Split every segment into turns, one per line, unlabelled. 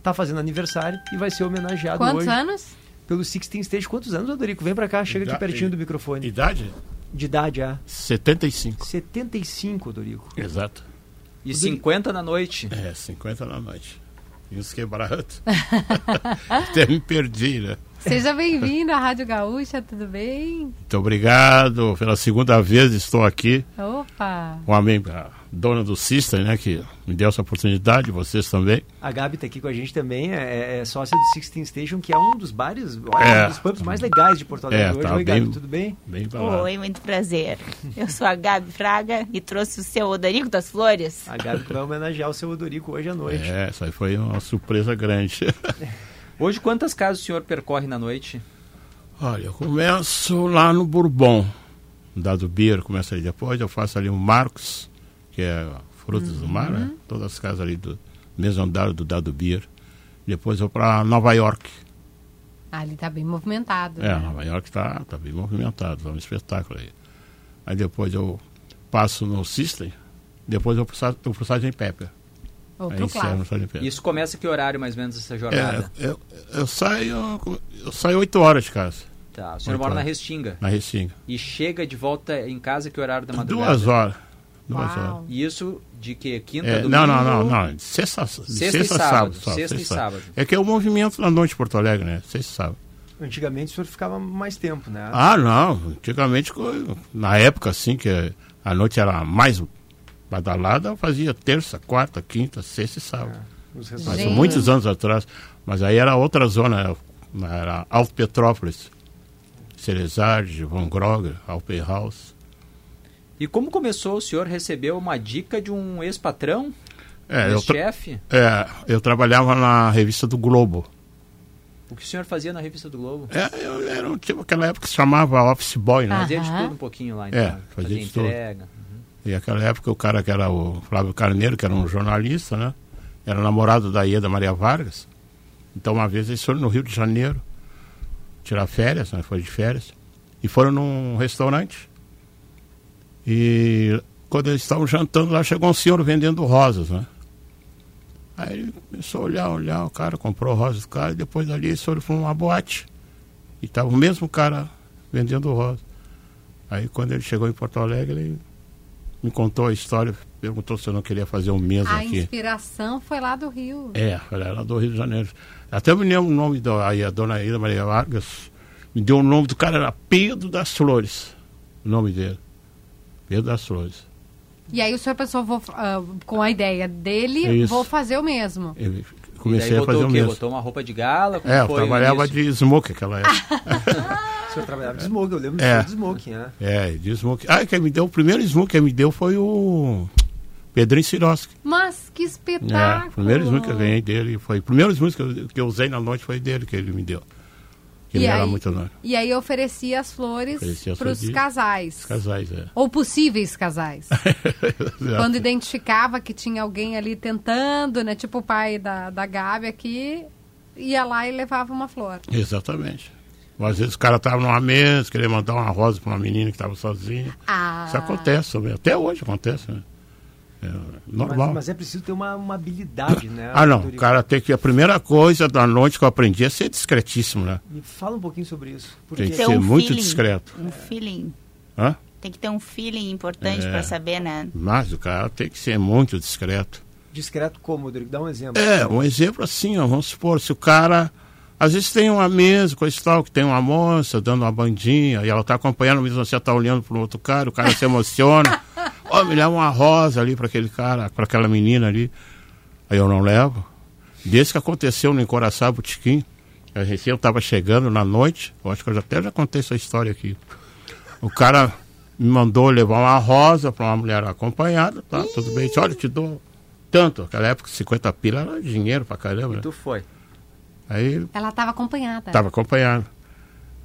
tá fazendo aniversário e vai ser homenageado
Quantos
hoje
anos?
pelo Sixteen Stage. Quantos anos, Odorico? Vem pra cá, chega
Ida-
aqui pertinho
e-
do microfone.
Idade?
De idade, ah.
75.
75, Odorico.
Exato.
E 50 na noite.
É, 50 na noite. E uns quebrados. Até me perdi, né?
Seja bem-vindo à Rádio Gaúcha, tudo bem?
Muito obrigado. Pela segunda vez estou aqui
Opa!
com a, mem- a dona do System, né? Que me deu essa oportunidade, vocês também.
A Gabi tá aqui com a gente também, é, é sócia do Sixteen Station, que é um dos bares, olha,
É.
um dos pubs mais legais de Porto Alegre
É,
hoje.
tá
Oi, Gabi,
bem-
tudo bem?
Bem falado.
Oi, muito prazer. Eu sou a Gabi Fraga e trouxe o seu Odorico das Flores.
A Gabi que vai homenagear o seu Odorico hoje à noite.
É, isso aí foi uma surpresa grande.
Hoje, quantas casas o senhor percorre na noite?
Olha, eu começo lá no Bourbon, da do Beer, começo ali depois, eu faço ali o Marcos, que é Frutas do Mar, né? todas as casas ali do mesmo andar do Dado Beer. Depois eu vou para Nova York.
Ah, ele tá bem movimentado.
É,
né?
Nova York está tá bem movimentado, tá um espetáculo aí. Aí depois eu passo no System, depois eu vou para o Sgt. Pepper.
Ou
Aí
pro
encerro no
clássico.
Sgt. Pepper.
Isso começa que horário, mais ou menos, essa jornada?
É, eu, eu saio eu saio 8 horas de casa,
Tá, o senhor
Oito
mora na
horas.
Restinga.
na Restinga.
E chega de volta em casa que horário da madrugada?
Duas horas. Duas horas.
Uau!
E isso de que? Quinta,
É,
domingo?
não, não, não, não. de Sexta, de
Sexta
sexta,
e
e
sábado,
sábado. só,
sexta e sábado.
É que é o movimento na noite de Porto Alegre, né? Sexta e sábado.
Antigamente o senhor ficava mais tempo, né?
Ah, não. Antigamente, co- na época, assim, que a noite era mais badalada, eu fazia terça, quarta, quinta, sexta e sábado.
Ah.
Os
Mas
restaurantes.
Gente.
muitos anos atrás. Mas aí era outra zona, era Alto Petrópolis. Cerezard, Von Groger, Alpe House.
E como começou? O senhor recebeu uma dica de um ex-patrão? um
É, eu, tra-
Ex-chefe?
é, eu trabalhava na revista do Globo.
O que o senhor fazia na revista do Globo?
É, eu era um tipo, aquela época que se chamava Office Boy, né?
Ah.
Fazia de
Aham.
tudo um pouquinho lá, então.
É, fazia de tudo.
entrega.
E naquela época o cara que era o Flávio Carneiro, que era um jornalista, né? Era namorado da Ieda Maria Vargas. Então uma vez eles foram no Rio de Janeiro tirar férias, né? Foi de férias. E foram num restaurante. E quando eles estavam jantando lá, chegou um senhor vendendo rosas, né? Aí ele começou a olhar, olhar, o cara comprou rosas do cara, e depois ali eles foram para uma boate. E tava o mesmo cara vendendo rosas. Aí quando ele chegou em Porto Alegre, ele me contou a história, perguntou se eu não queria fazer um mês
A
aqui.
inspiração foi lá do Rio.
É, ela era do Rio de Janeiro. Até me lembro o nome da aí a dona Ida Maria Vargas. Me deu o nome do cara, era Pedro das Flores. O nome dele. Pedro das Flores.
E aí o senhor pensou, vou, ah, com a ideia dele,
É Isso.
vou fazer o mesmo.
Eu
E
comecei
daí
a fazer
botou
o
o quê?
mesmo.
Botou uma roupa de gala? Como
É, eu
foi o
trabalhava
início?
de smoke aquela época.
O senhor trabalhava de smoke, eu lembro do
É.
senhor de smoke, né?
é, de smoke. Ah, quem me deu, o primeiro smoke que me deu foi o Pedrinho Siroski.
Mas que
É,
espetáculo!
o primeiro smoke que eu ganhei dele foi. O primeiro smoke que eu, que eu usei na noite foi dele que ele me deu. Que
E
ele era
aí-
muito novo.
E aí eu ofereci as flores
Ofereci as
para
flores
os
de-
casais.
Casais, é.
Ou possíveis casais. Quando
Exato.
identificava que tinha alguém ali tentando, né? Tipo o pai da, da Gabi aqui, ia lá e levava uma flor.
Exatamente. Ou Às vezes o cara tava numa mesa, queria mandar uma rosa pra uma menina que estava sozinha.
Ah,
Isso acontece também. Até hoje acontece, né? É normal.
Mas, mas é preciso ter uma, uma habilidade, né?
Ah, não. O
Odorico?
cara tem que. A primeira coisa da noite que eu aprendi é ser discretíssimo, né?
Me fala um pouquinho sobre isso. Porque
Tem que
Ter
ser
um
muito
feeling.
discreto.
Um feeling.
Hã?
Tem que ter um feeling importante
É.
pra saber, né?
Mas o cara tem que ser muito discreto.
discreto como, Rodrigo? Dá um exemplo.
É, um exemplo assim, ó, vamos supor, se o cara. Às vezes tem uma mesa, coisa e tal, que tem uma moça dando uma bandinha, e ela tá acompanhando, mas você tá olhando pro outro cara, o cara se emociona. Ó, me leva uma rosa ali para aquele cara, para aquela menina ali. Aí eu não levo. Desde que aconteceu no Encoraçá Botequim, eu recém eu tava chegando na noite, eu acho que eu já, até já contei essa história aqui. O cara me mandou levar uma rosa para uma mulher acompanhada, tá, tudo bem. Disse, Olha, eu te dou tanto. Naquela época, 50 pila era dinheiro pra caramba. né?
Tu foi.
Aí ele
ela estava acompanhada.
tava acompanhado.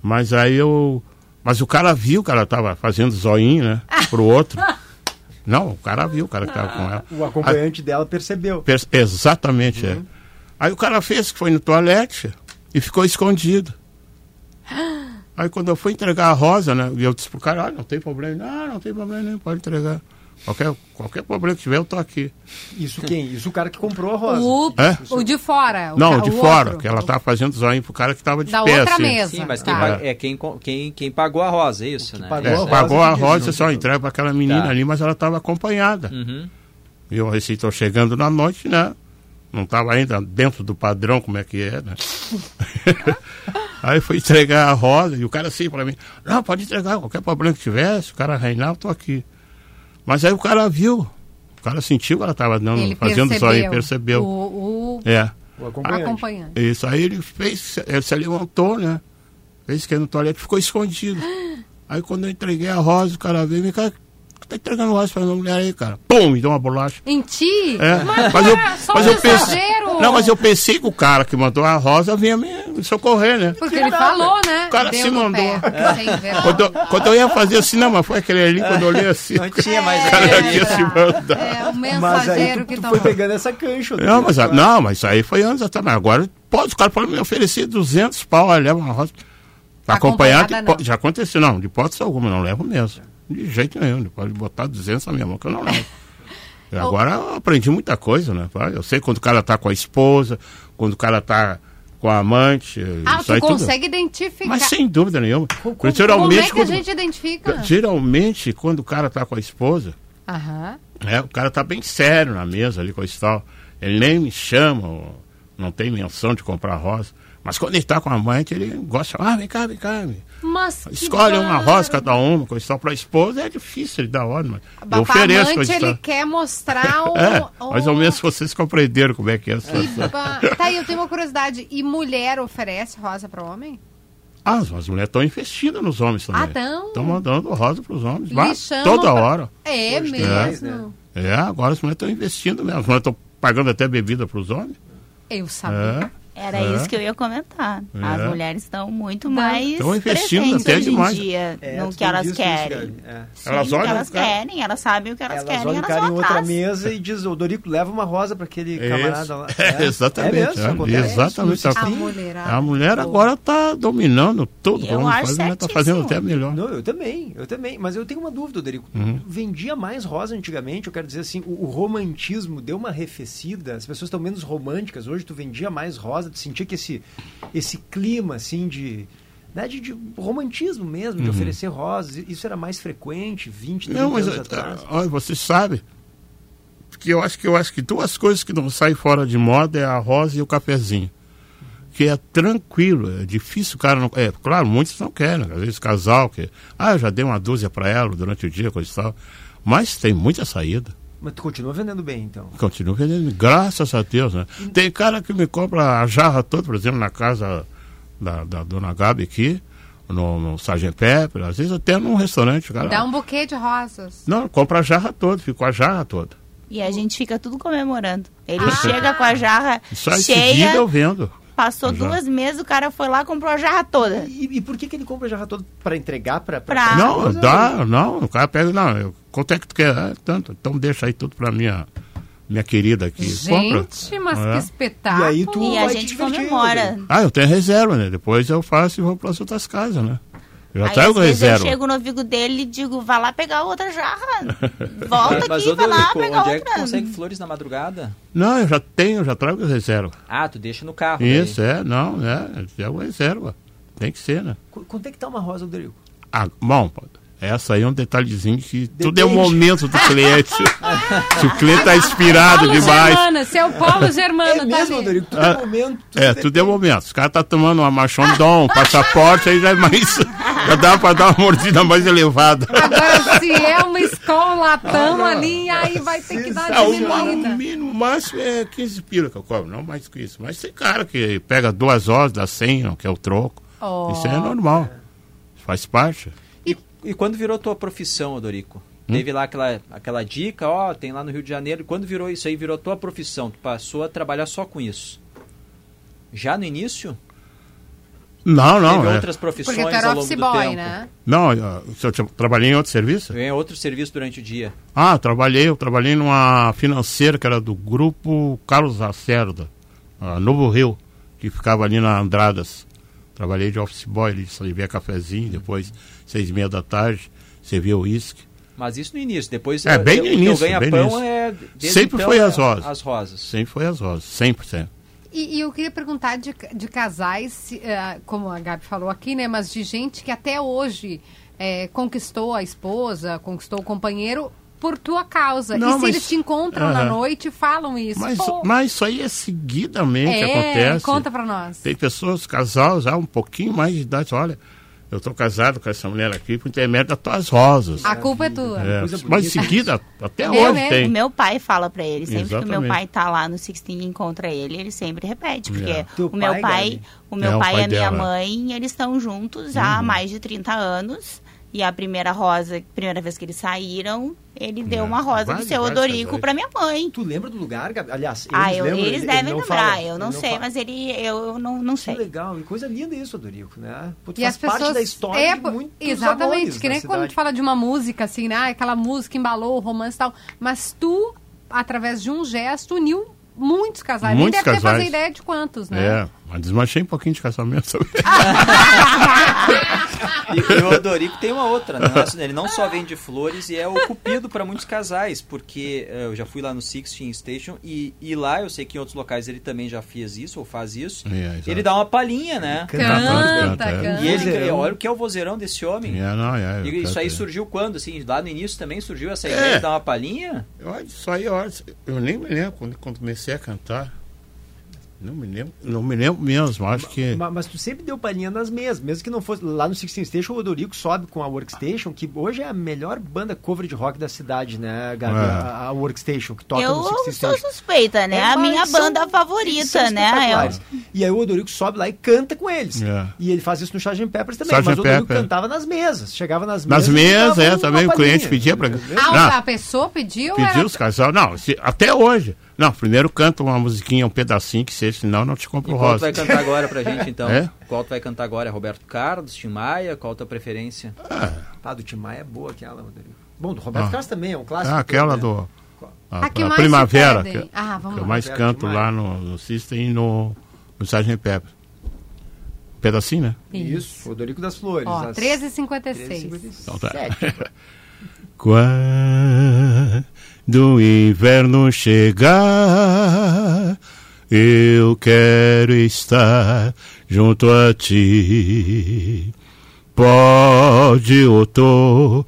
Mas aí eu. Mas o cara viu que ela tava fazendo zoinho, né? Pro outro. Não, o cara viu o cara que tava com ela.
O acompanhante dela percebeu.
Pers- Exatamente, é.
Uhum.
Aí o cara fez que foi no toalete e ficou escondido. Aí quando eu fui entregar a rosa, né? e Eu disse pro cara, ah, não tem problema. Ah, não tem problema nenhum, pode entregar. Qualquer, qualquer problema que tiver, eu tô aqui.
Isso quem? Isso o cara que comprou a rosa.
O,
É?
o de fora. o ca-
não, de
o
fora,
outro.
que ela tá fazendo zoinho pro cara que tava de
Da
pé.
outra
assim.
mesa.
Sim, mas quem,
Tá.
pa- é quem, co- quem, quem pagou a rosa, é isso, né?
pagou
É,
a rosa.
pagou a rosa,
não
só
tem
entrega pra aquela menina
Tá.
ali, mas ela estava acompanhada.
Uhum.
E eu assim, tô chegando na noite, né? Não estava ainda dentro do padrão, como é que é, né? Aí fui entregar a rosa e o cara assim pra mim, não, pode entregar, qualquer problema que tivesse, o cara reinar, eu tô aqui. Mas aí o cara viu, o cara sentiu que ela estava dando,
Ele
fazendo
percebeu.
só e percebeu.
O, o
É.
O acompanhante.
acompanhante.
Isso aí ele fez, ele se levantou, né? Fez que no toalete ficou escondido. Aí quando eu entreguei a rosa, o cara veio, vem cá, tá entregando rosa pra uma mulher aí, cara. Pum, me deu uma bolacha.
Em ti?
É, mas, eu,
só
mas
um
eu pensei.
exagero.
Não, mas eu pensei que o cara que mandou a rosa vinha me me socorrer, né?
Porque ele falou, né?
O cara se
no
mandou.
pé, sem vergonha.
Quando eu, quando eu ia fazer assim, não, mas foi aquele ali, quando eu olhei assim,
Não
é,
tinha mais
o cara
aquele
ia se mandar.
É, o
É. Mas
mensageiro
aí tu,
que
tu
tá
tomou.
foi pegando essa cancha. né?
Não, mas, a- não, mas isso aí foi anos atrás. Mas agora pode, o cara pode me oferecer 200 pau, olha, leva uma rosa. Tá acompanhado,
Acompanhada,
de po-
não.
já aconteceu, não, de hipótese alguma, não levo mesmo. De jeito nenhum, ele pode botar 200 na minha mão, que eu não levo. E agora eu aprendi muita coisa, né? pai? Eu sei quando o cara tá com a esposa, quando o cara tá com a amante,
Ah,
isso aí
tu
tudo.
consegue identificar.
Mas sem dúvida nenhuma. Porque
Como é
geralmente,
que a
quando,
gente identifica?
geralmente, quando o cara tá com a esposa,
Aham.
é, o cara tá bem sério na mesa ali com esse tal. Ele nem me chama, ou não tem menção de comprar rosa. Mas quando ele tá com a amante, ele gosta. Ah, vem cá, vem cá. vem.
Mas que
Escolhe uma
bárbaro.
rosa cada uma, coisa e tal. Pra esposa é difícil, ele dá ordem. Mas eu
Pra
ofereço
amante,
coisa e
ele
tal.
quer mostrar o...
É, mais ou
o-
menos vocês compreenderam como é que é a situação.
Iba. Tá, aí, eu tenho uma curiosidade. E mulher oferece rosa pra homem?
Ah, mas as mulheres estão investindo nos homens também.
Ah, tão?
Estão mandando rosa pros homens.
Lhe
Mas
chamam
toda
pra-
hora.
É
Hoje tem mais,
mesmo.
né?
É, agora as mulheres estão investindo mesmo. As mulheres estão pagando até bebida pros homens.
Eu
Tá
sabia.
É.
Era
É.
isso que eu ia comentar. As
É.
mulheres estão muito mais
Estão investindo
presentes
até
hoje
demais.
em dia
É,
no
tu
que elas
diz isso,
querem.
Gabi. É.
Sim,
Elas
o que
olham
elas
o cara-
querem, elas sabem o que elas,
Elas
querem,
olham o
elas
cara em um,
vão
outra
atrás.
mesa e diz, ô Dorico, leva uma rosa pra aquele
Isso.
camarada lá.
É, exatamente,
É mesmo,
é,
acontece.
exatamente.
Isso
A
existe.
mulherada.
A mulher agora está dominando tudo.
Eu
como
acho
faz, ela está
certíssimo.
fazendo até melhor.
Não, eu também, eu também. Mas eu tenho uma dúvida, Dorico.
Uhum.
Vendia mais rosa antigamente? Eu quero dizer assim, o, o romantismo deu uma arrefecida, as pessoas estão menos românticas. Hoje tu vendia mais rosa, tu sentia que esse, esse clima, assim, de, né, de, de romantismo mesmo, de oferecer rosas, isso era mais frequente, 20, 30
Uhum. Não, mas
anos
ah,
atrás.
olha, você sabe que eu acho que eu acho que duas coisas que não saem fora de moda é a rosa e o cafezinho. Que é tranquilo, é difícil o cara não. É, claro, muitos não querem, às vezes casal que. Ah, eu já dei uma dúzia para ela durante o dia, coisa e tal. Mas tem muita saída.
Mas tu continua vendendo bem, então.
Continuo vendendo, graças a Deus, né? Tem cara que me compra a jarra toda, por exemplo, na casa da, da dona Gabi aqui, no, no Sargent Pepper, às vezes até num restaurante, o cara.
Dá um buquê de rosas.
Não, compra a jarra toda, ficou a jarra toda.
E a gente fica tudo comemorando. Ele
Ah.
chega com a jarra
Só em
cheia,
seguida eu vendo.
passou
Já.
duas meses, o cara foi lá e comprou a jarra toda.
E, e por que, que ele compra jarra toda pra entregar pra.
Pra- Ah,
não,
esposa?
dá, não, o cara pega, não, eu, quanto é que tu quer? Ah, tanto, então deixa aí tudo pra minha, minha querida aqui. compra.
Gente, mas
É.
que espetáculo.
E aí tu-
E a
vai te
gente
divertir,
comemora.
Ah, eu tenho reserva, né? Depois eu faço e vou para as outras casas, né? Eu já
Aí, às
trago
vezes,
reserva.
Eu chego no ouvigo dele e digo, vai lá pegar outra jarra. Volta
Mas,
aqui,
ô
vai lá
Dorico,
pegar
onde é que
outra.
tu consegue flores na madrugada?
Não, eu já tenho, eu já trago reserva.
Ah, tu deixa no carro.
Isso,
daí.
é, não, é, é uma reserva. Tem que ser, né?
Qu- Quanto é que tá uma rosa, Rodrigo?
Ah, bom, essa aí é um detalhezinho que tudo é o
Depende.
momento do cliente. Se o cliente tá inspirado
Paulo
demais.
Germano, esse é o Paulo Germano.
é
tá
mesmo,
ali.
Rodrigo? Tudo
Ah,
é momento.
É, tudo é o momento. Os caras tá tomando uma machondom, um passaporte, aí já é mais. Já dá pra dar uma mordida mais elevada.
Agora, se é uma escola latão ali, aí vai ter que dar
Tá
Ah, o ma-
diminuída.
o mínimo, o máximo é 15 pila que eu cobro, não mais que isso. Mas tem cara que pega duas horas, dá 100, não quer o troco.
Ó.
Isso aí é normal. Faz parte.
E, e quando virou tua profissão, ô Dorico?
Hum?
Teve lá aquela, aquela dica, ó, tem lá no Rio de Janeiro. Quando virou isso aí, virou tua profissão. Tu passou a trabalhar só com isso. Já no início?
Não, não.
teve
é.
outras profissões
Porque tu era
ao longo
office
do
boy,
tempo.
né?
Não, eu, eu tra- trabalhei em outro serviço?
Ganhei outro serviço durante o dia.
Ah, eu trabalhei, eu trabalhei numa financeira que era do grupo Carlos Acerda, ah, Novo Rio, que ficava ali na Andradas. Trabalhei de office boy, ali servia cafezinho, depois seis e meia da tarde, servia uísque.
Mas isso no início. Depois
É,
eu-
bem
eu-
no
o que eu
início,
ganha
bem
pão
no início.
é. desde
Sempre
então,
foi
é
as rosas.
As rosas.
Sempre foi as rosas, 100%.
E, e eu queria perguntar de, de casais, se, ah, como a Gabi falou aqui, né? Mas de gente que até hoje eh, conquistou a esposa, conquistou o companheiro por tua causa.
Não,
e se
mas-
eles te encontram na
Aham.
noite e falam isso?
Mas,
Pô,
mas isso aí é seguidamente
é,
acontece.
Conta pra nós.
Tem pessoas, casal já um pouquinho mais de idade, olha, eu estou casado com essa mulher aqui por intermédio das tuas rosas.
A culpa é tua.
É,
coisa
mas em
bonita. né?
seguida, até
É,
hoje
né?
O
tem.
meu pai fala pra ele, sempre que o
Exatamente.
meu pai tá lá no Sixteen e encontra ele, ele sempre repete, porque
É.
Teu
o meu
pai,
pai,
Gabi?
o meu
É, o
pai,
pai
e a minha
dela. Uhum.
mãe, eles estão juntos já há mais de 30 anos. E a primeira rosa, primeira vez que eles saíram, ele deu
É.
uma rosa
Vários,
do seu
vários
Odorico
casais.
pra minha mãe.
Tu lembra do lugar, Gabi? Aliás, eles
ah, eu-
lembram,
eles
ele- ele
devem
não
lembrar,
fala,
eu
ele
não sei,
fala.
mas ele, eu, eu não, não
Que
sei.
legal, e coisa linda isso, Odorico, né? Pô, tu
E
faz
as pessoas.
parte da história
é,
de
pô,
muitos
exatamente,
amores
que
na
nem quando
cidade.
tu fala de uma música, assim, né? ah, Aquela música embalou o romance e tal. Mas tu, através de um gesto, uniu muitos casais.
Muitos
Nem deve ter
casais.
fazer ideia de quantos, né?
É, mas desmanchei um pouquinho de casamento também.
E, e o Odorico tem uma outra, né? Ele não só vende flores e é o cupido para muitos casais, porque eh, eu já fui lá no Sixteen Station e, e lá eu sei que em outros locais ele também já fez isso ou faz isso.
É, exato.
ele dá uma palhinha, né?
Canta,
Canta,
canta.
canta.
E ele,
Vozeirão.
olha o que é o vozeirão desse homem.
É, não, é,
E isso aí
eu-
surgiu quando? Assim, lá no início também surgiu essa
É.
ideia de dar uma palhinha?
Olha, isso aí, olha, eu nem me lembro quando, quando comecei a cantar. Não me lembro, não me lembro mesmo, acho que.
É. Ma- Mas, tu sempre deu palhinha nas mesas, mesmo que não fosse lá no Sixteen Station, o Odorico sobe com a Workstation, que hoje é a melhor banda cover de rock da cidade, né, Gabi?
É.
A, a Workstation, que toca no
Eu
Sixteen
sou
Station.
suspeita, né?
É,
a
mas
minha
são-
banda
eles são
favorita, né? Eu-
espetaculares. E aí o Odorico sobe lá e canta com eles.
É.
E ele faz isso no Sgt. Peppers também,
Sgt.
mas o Odorico
Pepper.
cantava nas mesas, chegava nas mesas.
Nas
e
mesas,
dava
é,
uma
também o
palhinha.
cliente pedia pra.
Ah,
Não,
a pessoa pediu?
Pediu
era-
os casal, não, se- até hoje. Não, primeiro canta uma musiquinha, um pedacinho que seja, senão não te
E
compro
qual tu
rosa.
vai cantar agora pra gente, então?
É?
Qual tu vai cantar agora? Roberto Carlos, Tim Maia? Qual a tua preferência?
Ah, do Tim Maia é boa aquela, Rodrigo. Bom, do Roberto
Ah.
Carlos também, é um clássico.
Ah, aquela
né?
do. A,
A que
a
mais
primavera.
se pedem?
que-
Ah, vamos
que eu
lá.
mais
Roberto
canto
Maia.
lá no, no System e no, no Sgt. Pepper. Pedacinho, né?
Isso, Odorico das Flores.
Ó,
às
13h56.
13h56.
Então tá. Quando o inverno chegar, eu quero estar junto a ti. Pode outono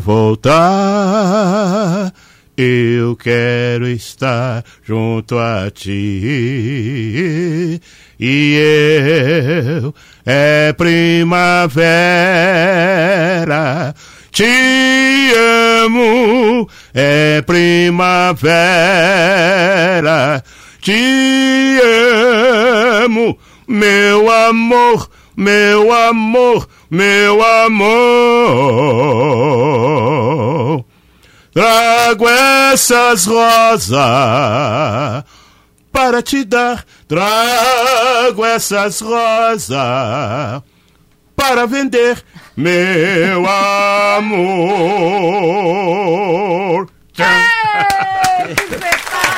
voltar, eu quero estar junto a ti. E eu é primavera, te amo, é primavera, te amo, meu amor, meu amor, meu amor. Trago essas rosas para te dar, trago essas rosas para vender, meu amor.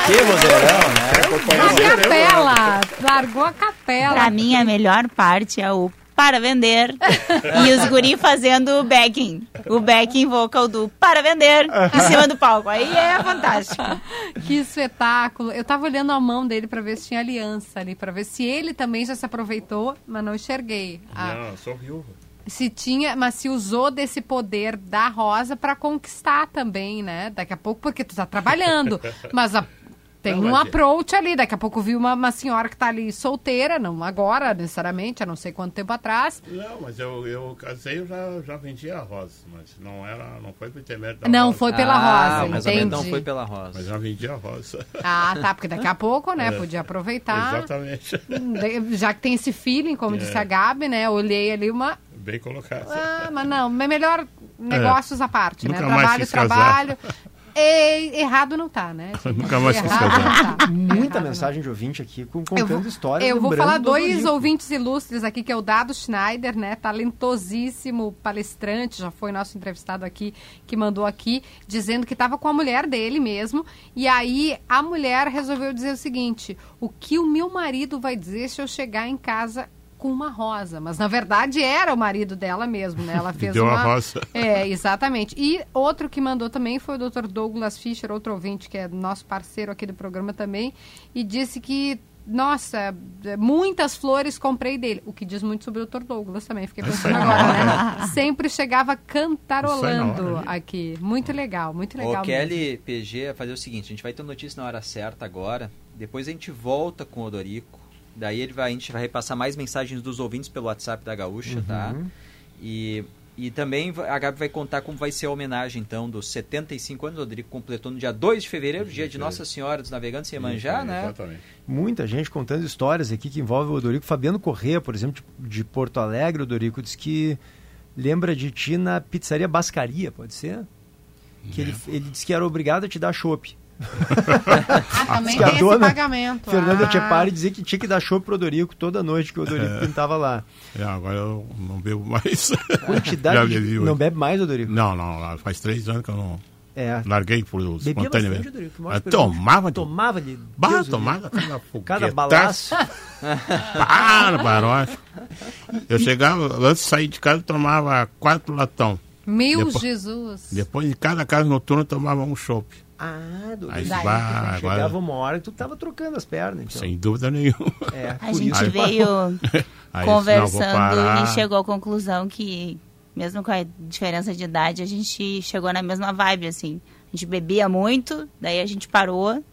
Que vozeirão, né?
A capela! Largou a capela.
Pra mim, a melhor parte é o para vender e os guri fazendo o backing. O backing vocal do para vender em cima do palco. Aí é fantástico.
Ah,
Que espetáculo. Eu tava olhando a mão dele pra ver se tinha aliança ali, pra ver se ele também já se aproveitou, mas não enxerguei. Ah,
sou viúva.
se tinha, mas se usou desse poder da rosa pra conquistar também, né? Daqui a pouco, porque tu tá trabalhando. Mas a- tem
Não,
um
mas é-
approach ali. Daqui a pouco vi uma, uma senhora que tá ali solteira, não agora necessariamente, há não sei quanto tempo atrás.
Não, mas eu, eu casei, eu já, já vendi a rosa, mas não era, não foi pro intermédio da
Não,
rosa,
foi pela
ah,
rosa,
o casamento não
entendi.
foi pela
Mas
rosa.
já vendi a rosa.
Ah, tá, porque daqui a pouco, né? Podia aproveitar.
É. Exatamente.
De- Já que tem esse feeling, como
É.
disse a Gabi, né? Olhei ali uma.
Bem colocado.
Ah, mas não, é melhor negócios à parte, né?
Nunca mais
Trabalho,
quis casar.
trabalho. E- errado não tá, né?
Nunca mais quis
errado
casar.
não tá.
Muita
Errado
mensagem de ouvinte aqui com,
não. Eu
contando
vou,
histórias.
eu vou
lembrando
falar
do
dois
Odorico.
ouvintes ilustres aqui, que é o Dado Schneider, né? Talentosíssimo palestrante, já foi nosso entrevistado aqui, que mandou aqui, dizendo que estava com a mulher dele mesmo. E aí a mulher resolveu dizer o seguinte: o que o meu marido vai dizer se eu chegar em casa com uma rosa, mas na verdade era o marido dela mesmo, né? Ela fez
deu a
uma
rosa.
É, exatamente. E outro que mandou também foi o Dr. Douglas Fischer, outro ouvinte que é nosso parceiro aqui do programa também, e disse que nossa, é, muitas flores comprei dele. O que diz muito sobre o Dr. Douglas também, fiquei
Isso aí
pensando
na
agora, né? Sempre chegava
Isso aí na
cantarolando
hora, né?
aqui. Muito legal, muito legal.
O
mesmo.
Kelly PG é fazer o seguinte: a gente vai ter notícia na hora certa agora. Depois a gente volta com o Odorico. Daí ele vai, a gente vai repassar mais mensagens dos ouvintes pelo WhatsApp da Gaúcha, tá?
Uhum.
E, e também va- a Gabi vai contar como vai ser a homenagem, então, dos 75 anos. O Odorico completou no dia 2 de fevereiro, dia de Nossa Senhora dos Navegantes e Iemanjá, né?
Exatamente.
Muita gente contando histórias aqui que envolvem o Odorico. Fabiano Corrêa, por exemplo, de, de Porto Alegre, o Odorico diz que lembra de ti na pizzaria Bascaria, pode ser? Que ele, ele disse que era obrigado a te dar chopp.
Ah, também
que a
tem esse
dona
pagamento.
Fernanda
ah.
Tchepari dizia que tinha que dar chopp pro Odorico toda noite que o Odorico pintava lá.
É, agora eu não bebo mais. Já
Quantidade de...
bebi hoje.
Não bebe mais, Odorico?
Não, não, lá faz três anos que eu não
É.
larguei por
Bebia bastante,
espontaneamente.
Odorico.
Ah, Tomava de
Tomava-lhe...
Bah,
Deus o
tomava cada
Cada
foguetaço.
balaço.
Bárbaro. Eu chegava, antes de sair de casa, eu tomava quatro latão.
Meu
Depois-
Jesus.
Depois, em cada casa noturna, eu tomava um chopp.
Ah,
Aí,
Odorico.
Daí,
bah, agora,
Chegava uma hora que tu tava trocando as pernas. Então.
sem dúvida nenhuma.
É,
Ah, A
por
gente
isso-
veio
É.
Aí, disse, não, vou
conversando
parar.
e chegou à conclusão que, mesmo com a diferença de idade, a gente chegou na mesma vibe, assim. A gente bebia muito, daí a gente parou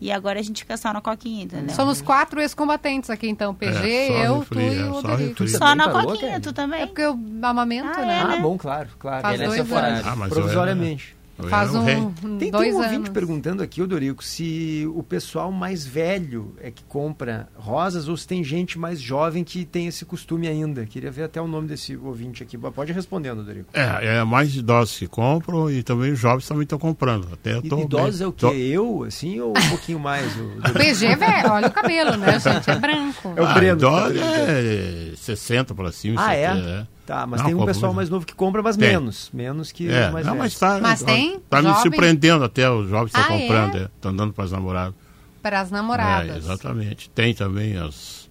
e agora a gente fica só na coquinha, entendeu?
Somos quatro ex-combatentes aqui, então. PG,
É, só
eu, tu
refri,
e
é,
o
só
Rodrigo.
refri.
Só
também
na
parou,
coquinha,
Kelly?
tu
É
também.
porque eu amamento,
Ah, é,
né?
Ah, bom, claro, claro.
Faz
Ele é
dois
temporário.
anos.
Ah, mas eu era-
Provisoriamente.
eu
Faz
era
um,
É, rei.
um-
Tem, tem
dois
um ouvinte
anos.
perguntando aqui, Odorico, se o pessoal mais velho é que compra rosas ou se tem gente mais jovem que tem esse costume ainda. Queria ver até o nome desse ouvinte aqui. Bo- Pode ir respondendo, Odorico.
É, é mais idosos que compram e também os jovens também estão comprando. Até eu
I-
tô
Idosos
bem.
é o quê?
Tô-
Eu, assim, ou um pouquinho mais? o Odorico?
PG, velho, olha o cabelo, né, gente? É branco.
É o
Ah,
Breno que tá
idoso
perguntando.
é 60 para cima,
Ah,
70,
é? Tá, mas
Não,
tem um
compra
pessoal mais
mais-
novo que compra, mas
Tem.
menos. Menos que
É,
os mais
não,
velhos.
mas tá,
Mas
tá-
tem
tá me
jovem?
surpreendendo até os jovens estão
Ah, é?
comprando, estão dando para as namoradas.
Para as
É,
namoradas.
exatamente. Tem também as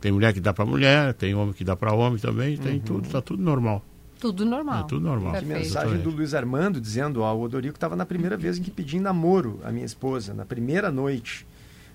tem mulher que dá para mulher, tem homem que dá para homem também,
Uhum.
tem tudo, tá tudo normal.
Tudo normal.
É tudo normal.
Que
Perfeito.
mensagem do Luiz Armando dizendo, ó, o Odorico estava na primeira vez em que pedi em namoro a minha esposa, na primeira noite,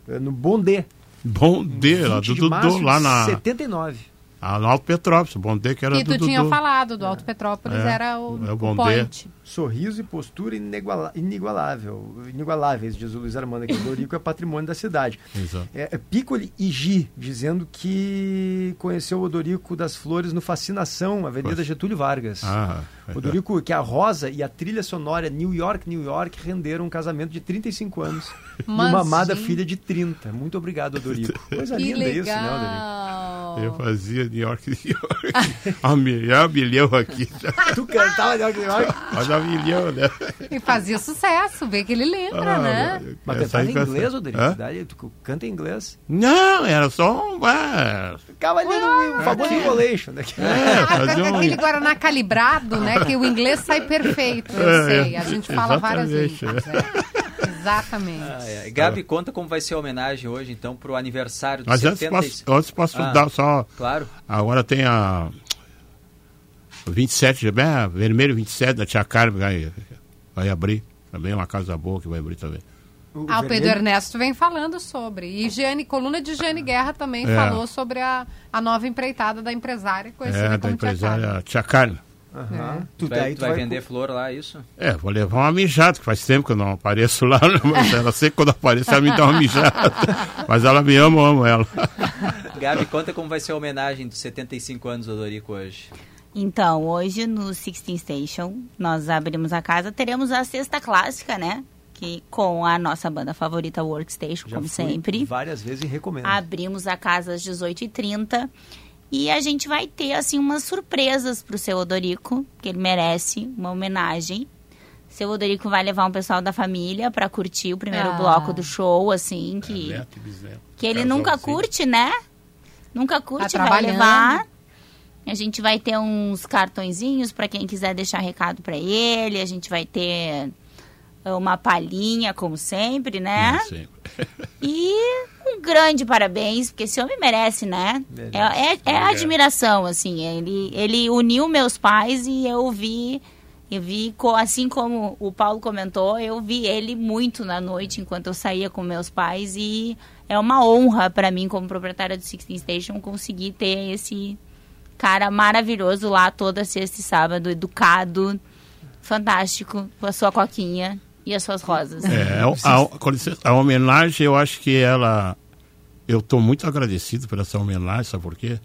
eh, no Bondê,
Bondê, lá do
20 de
Dudu
março
lá
de
na
79.
a- no Alto Petrópolis, Bondê que era
E
do
tu
Dudu.
tinha falado do Alto Petrópolis,
É,
era o,
é o
o
Bondê.
point.
Sorriso e postura ineguala- inigualável, inigualáveis, diz o Luiz Armando, que o Odorico é patrimônio da cidade.
Exato.
É, é Piccoli e Gi, dizendo que conheceu o Odorico das Flores no Fascinação, Avenida
Pois.
Getúlio Vargas.
Ah,
Odorico, que a Rosa e a trilha sonora New York, New York renderam um casamento de 35 anos e
Mas,
uma amada
gente.
filha de 30. Muito obrigado, Odorico. Coisa
Que
é
linda isso, né, Odorico?
legal.
eu fazia New York, New York. um a milhão, milhão aqui.
Tu cantava New York, New York?
Mas a milhão, né?
E fazia sucesso, vê que ele lembra,
Ah,
né?
Mas
essa
cantava
aí
em
cansa-
inglês, Odorico?
Hã?
Daí Tu canta em inglês.
Não, era só um. ah,
Ficava ali no famoso Enrolation. Né?
É, fazia um.
Ah, Aquele Guaraná calibrado, né? Que o inglês sai perfeito, eu
É,
sei. A gente fala várias vezes.
exatamente,
é.
Ah,
Exatamente.
é. Gabi, conta como vai ser a homenagem hoje, então, pro aniversário dos
Mas antes
75.
posso, antes posso
Ah.
dar só.
Claro.
Agora tem a 27, né? Vermelho 27 da Tia Carmen vai, vai abrir. Também é uma casa boa que vai abrir também.
Ah, o Pedro
vermelho-
Ernesto vem falando sobre. E Giane, coluna de Giane Guerra também
É.
falou sobre a, a nova empreitada da empresária conhecida
é, da
como Tia Carmen.
empresária Tia Carmen.
É.
Aham.
Tu
Tu, daí
vai,
tu
vai vender flor lá, é isso?
É, vou levar uma mijada, que faz tempo que eu não apareço lá, né? mas ela sei que quando aparece ela me dá uma mijada. Mas ela me ama, eu amo ela.
Gabi, conta como vai ser a homenagem dos 75 anos do Odorico hoje.
Então, hoje no Sixteen Station, nós abrimos a casa, teremos a sexta clássica, né? Que com a nossa banda favorita Workstation,
Já
como
fui
sempre. Ah,
Várias vezes e
É.
recomendo.
Abrimos a casa às 18h30. E a gente vai ter, assim, umas surpresas pro seu Odorico, que ele merece uma homenagem. Seu Odorico vai levar um pessoal da família pra curtir o primeiro
Ah.
bloco do show, assim, que, que ele nunca curte, né? Nunca curte, vai
assim. Tá trabalhando.
levar. A gente vai ter uns cartõezinhos pra quem quiser deixar recado pra ele. A gente vai ter uma palhinha, como sempre, né?
Sempre.
E um um grande parabéns, porque esse homem merece, né? É, é, é admiração, assim. Ele, ele uniu meus pais e eu vi, eu vi, co- assim como o Paulo comentou, eu vi ele muito na noite enquanto eu saía com meus pais e é uma honra para mim, como proprietária do Sixteen Station, conseguir ter esse cara maravilhoso lá toda sexta e sábado, educado, fantástico, com a sua coquinha e as suas rosas.
É, a, com licença, a homenagem, eu acho que ela. Eu estou muito agradecido por essa homenagem, sabe por quê?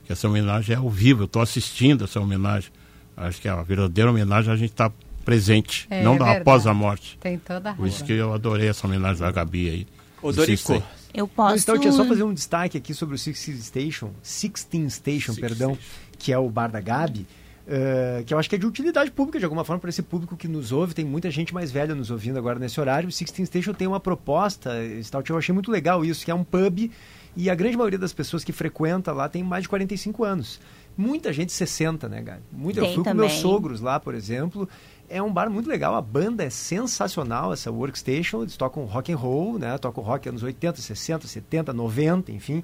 Porque essa homenagem é ao vivo, eu estou assistindo essa homenagem. Acho que é a verdadeira homenagem a gente está presente,
É
não
verdade.
após a morte.
Tem toda a
Por isso
razão.
que eu adorei essa homenagem da Gabi aí.
Ô, Dorico.
Insistei.
Eu
Não,
posso.
Stout, tinha só fazer um destaque aqui sobre o Sixteen Station, Sixteen Station, perdão, que é o bar da Gabi, eh, que eu acho que é de utilidade pública, de alguma forma, para esse público que nos ouve. Tem muita gente mais velha nos ouvindo agora nesse horário. O Sixteen Station tem uma proposta, eh, Stout, eu achei muito legal isso, que é um pub e a grande maioria das pessoas que frequenta lá tem mais de 45 anos. Muita gente 60, né, Gabi? Muito, eu
Tem
fui com meus
também.
sogros lá, por exemplo. É um bar muito legal, a banda é sensacional, essa workstation, eles tocam rock and roll, né? Tocam rock anos 80, 60, 70, 90, enfim.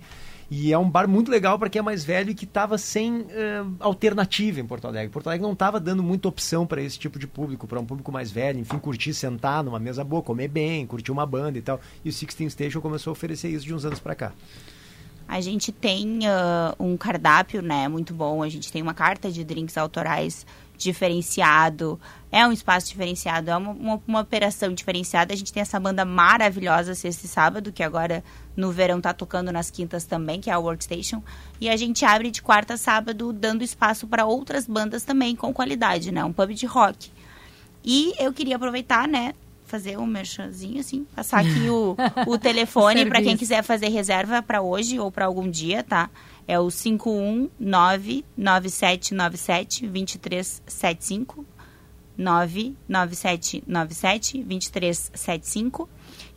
E é um bar muito legal para quem é mais velho e que estava sem eh, alternativa em Porto Alegre. Porto Alegre não estava dando muita opção para esse tipo de público, para um público mais velho, enfim, curtir, sentar numa mesa boa, comer bem, curtir uma banda e tal. E o Sixteen Station começou a oferecer isso de uns anos para cá.
A gente tem ah, um cardápio, né, muito bom. A gente tem uma carta de drinks autorais diferenciado. É um espaço diferenciado, é uma, uma, uma operação diferenciada. A gente tem essa banda maravilhosa sexta e sábado, que agora no verão tá tocando nas quintas também, que é a Workstation. E a gente abre de quarta a sábado, dando espaço para outras bandas também com qualidade, né? Um pub de rock. E eu queria aproveitar, né? Fazer um merchanzinho, assim, passar aqui o, o telefone para quem
Serviço.
quiser fazer reserva para hoje ou para algum dia, tá? É o 519-9797-2375. 99797-2375.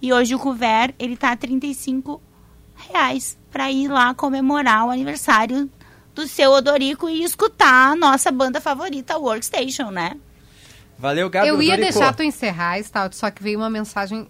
E hoje o couvert, ele tá a 35 reais para ir lá comemorar o aniversário do seu Odorico e escutar a nossa banda favorita, a Workstation, né?
Valeu, Gabi.
eu ia
Dorico.
deixar tu encerrar, Stout, só que veio uma mensagem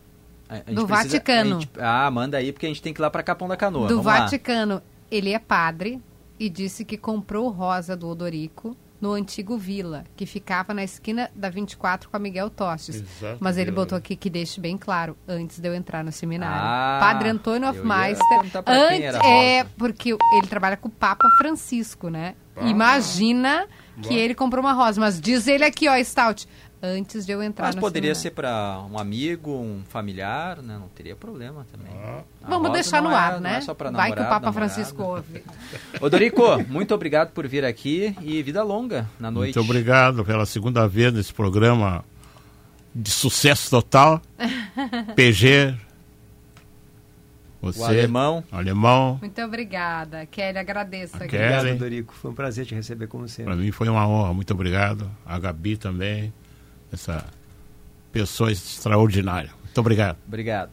A- a gente
do
precisa-
Vaticano.
a gente- ah, manda aí, porque a gente tem que ir lá pra Capão da Canoa.
do
Vamos lá.
Vaticano. Ele é padre e disse que comprou rosa do Odorico no antigo Vila, que ficava na esquina da 24 com a Miguel Tostes.
Exato,
Mas ele
Vila.
botou aqui que deixe bem claro, antes de eu entrar no seminário.
Ah,
padre Antônio
eu ia
Hofmeister.
perguntar pra quem era a rosa.
é, porque ele trabalha com o Papa Francisco, né? Imagina que ele comprou uma rosa. Mas diz ele aqui, ó, Stout, antes de eu entrar
Mas
no
poderia ser
seminário.
pra um amigo, um familiar, né? Não teria problema também.
Ah.
A
Vamos
rosa
deixar
não
no
é-
ar,
não
né?
é só pra
Vai que o
namorado,
Papa
namorada.
Francisco ouve.
Ô, Dorico, muito obrigado por vir aqui e vida longa na noite.
Muito obrigado pela segunda vez nesse programa de sucesso total. PG. Você.
O alemão.
Alemão.
Muito obrigada. Kelly, agradeço.
A
aqui.
Kelly.
Obrigado,
hein?
Dorico. Foi um prazer te receber, como sempre.
Para mim foi uma honra, muito obrigado. A Gabi também, essa pessoa extraordinária. Muito obrigado.
Obrigado.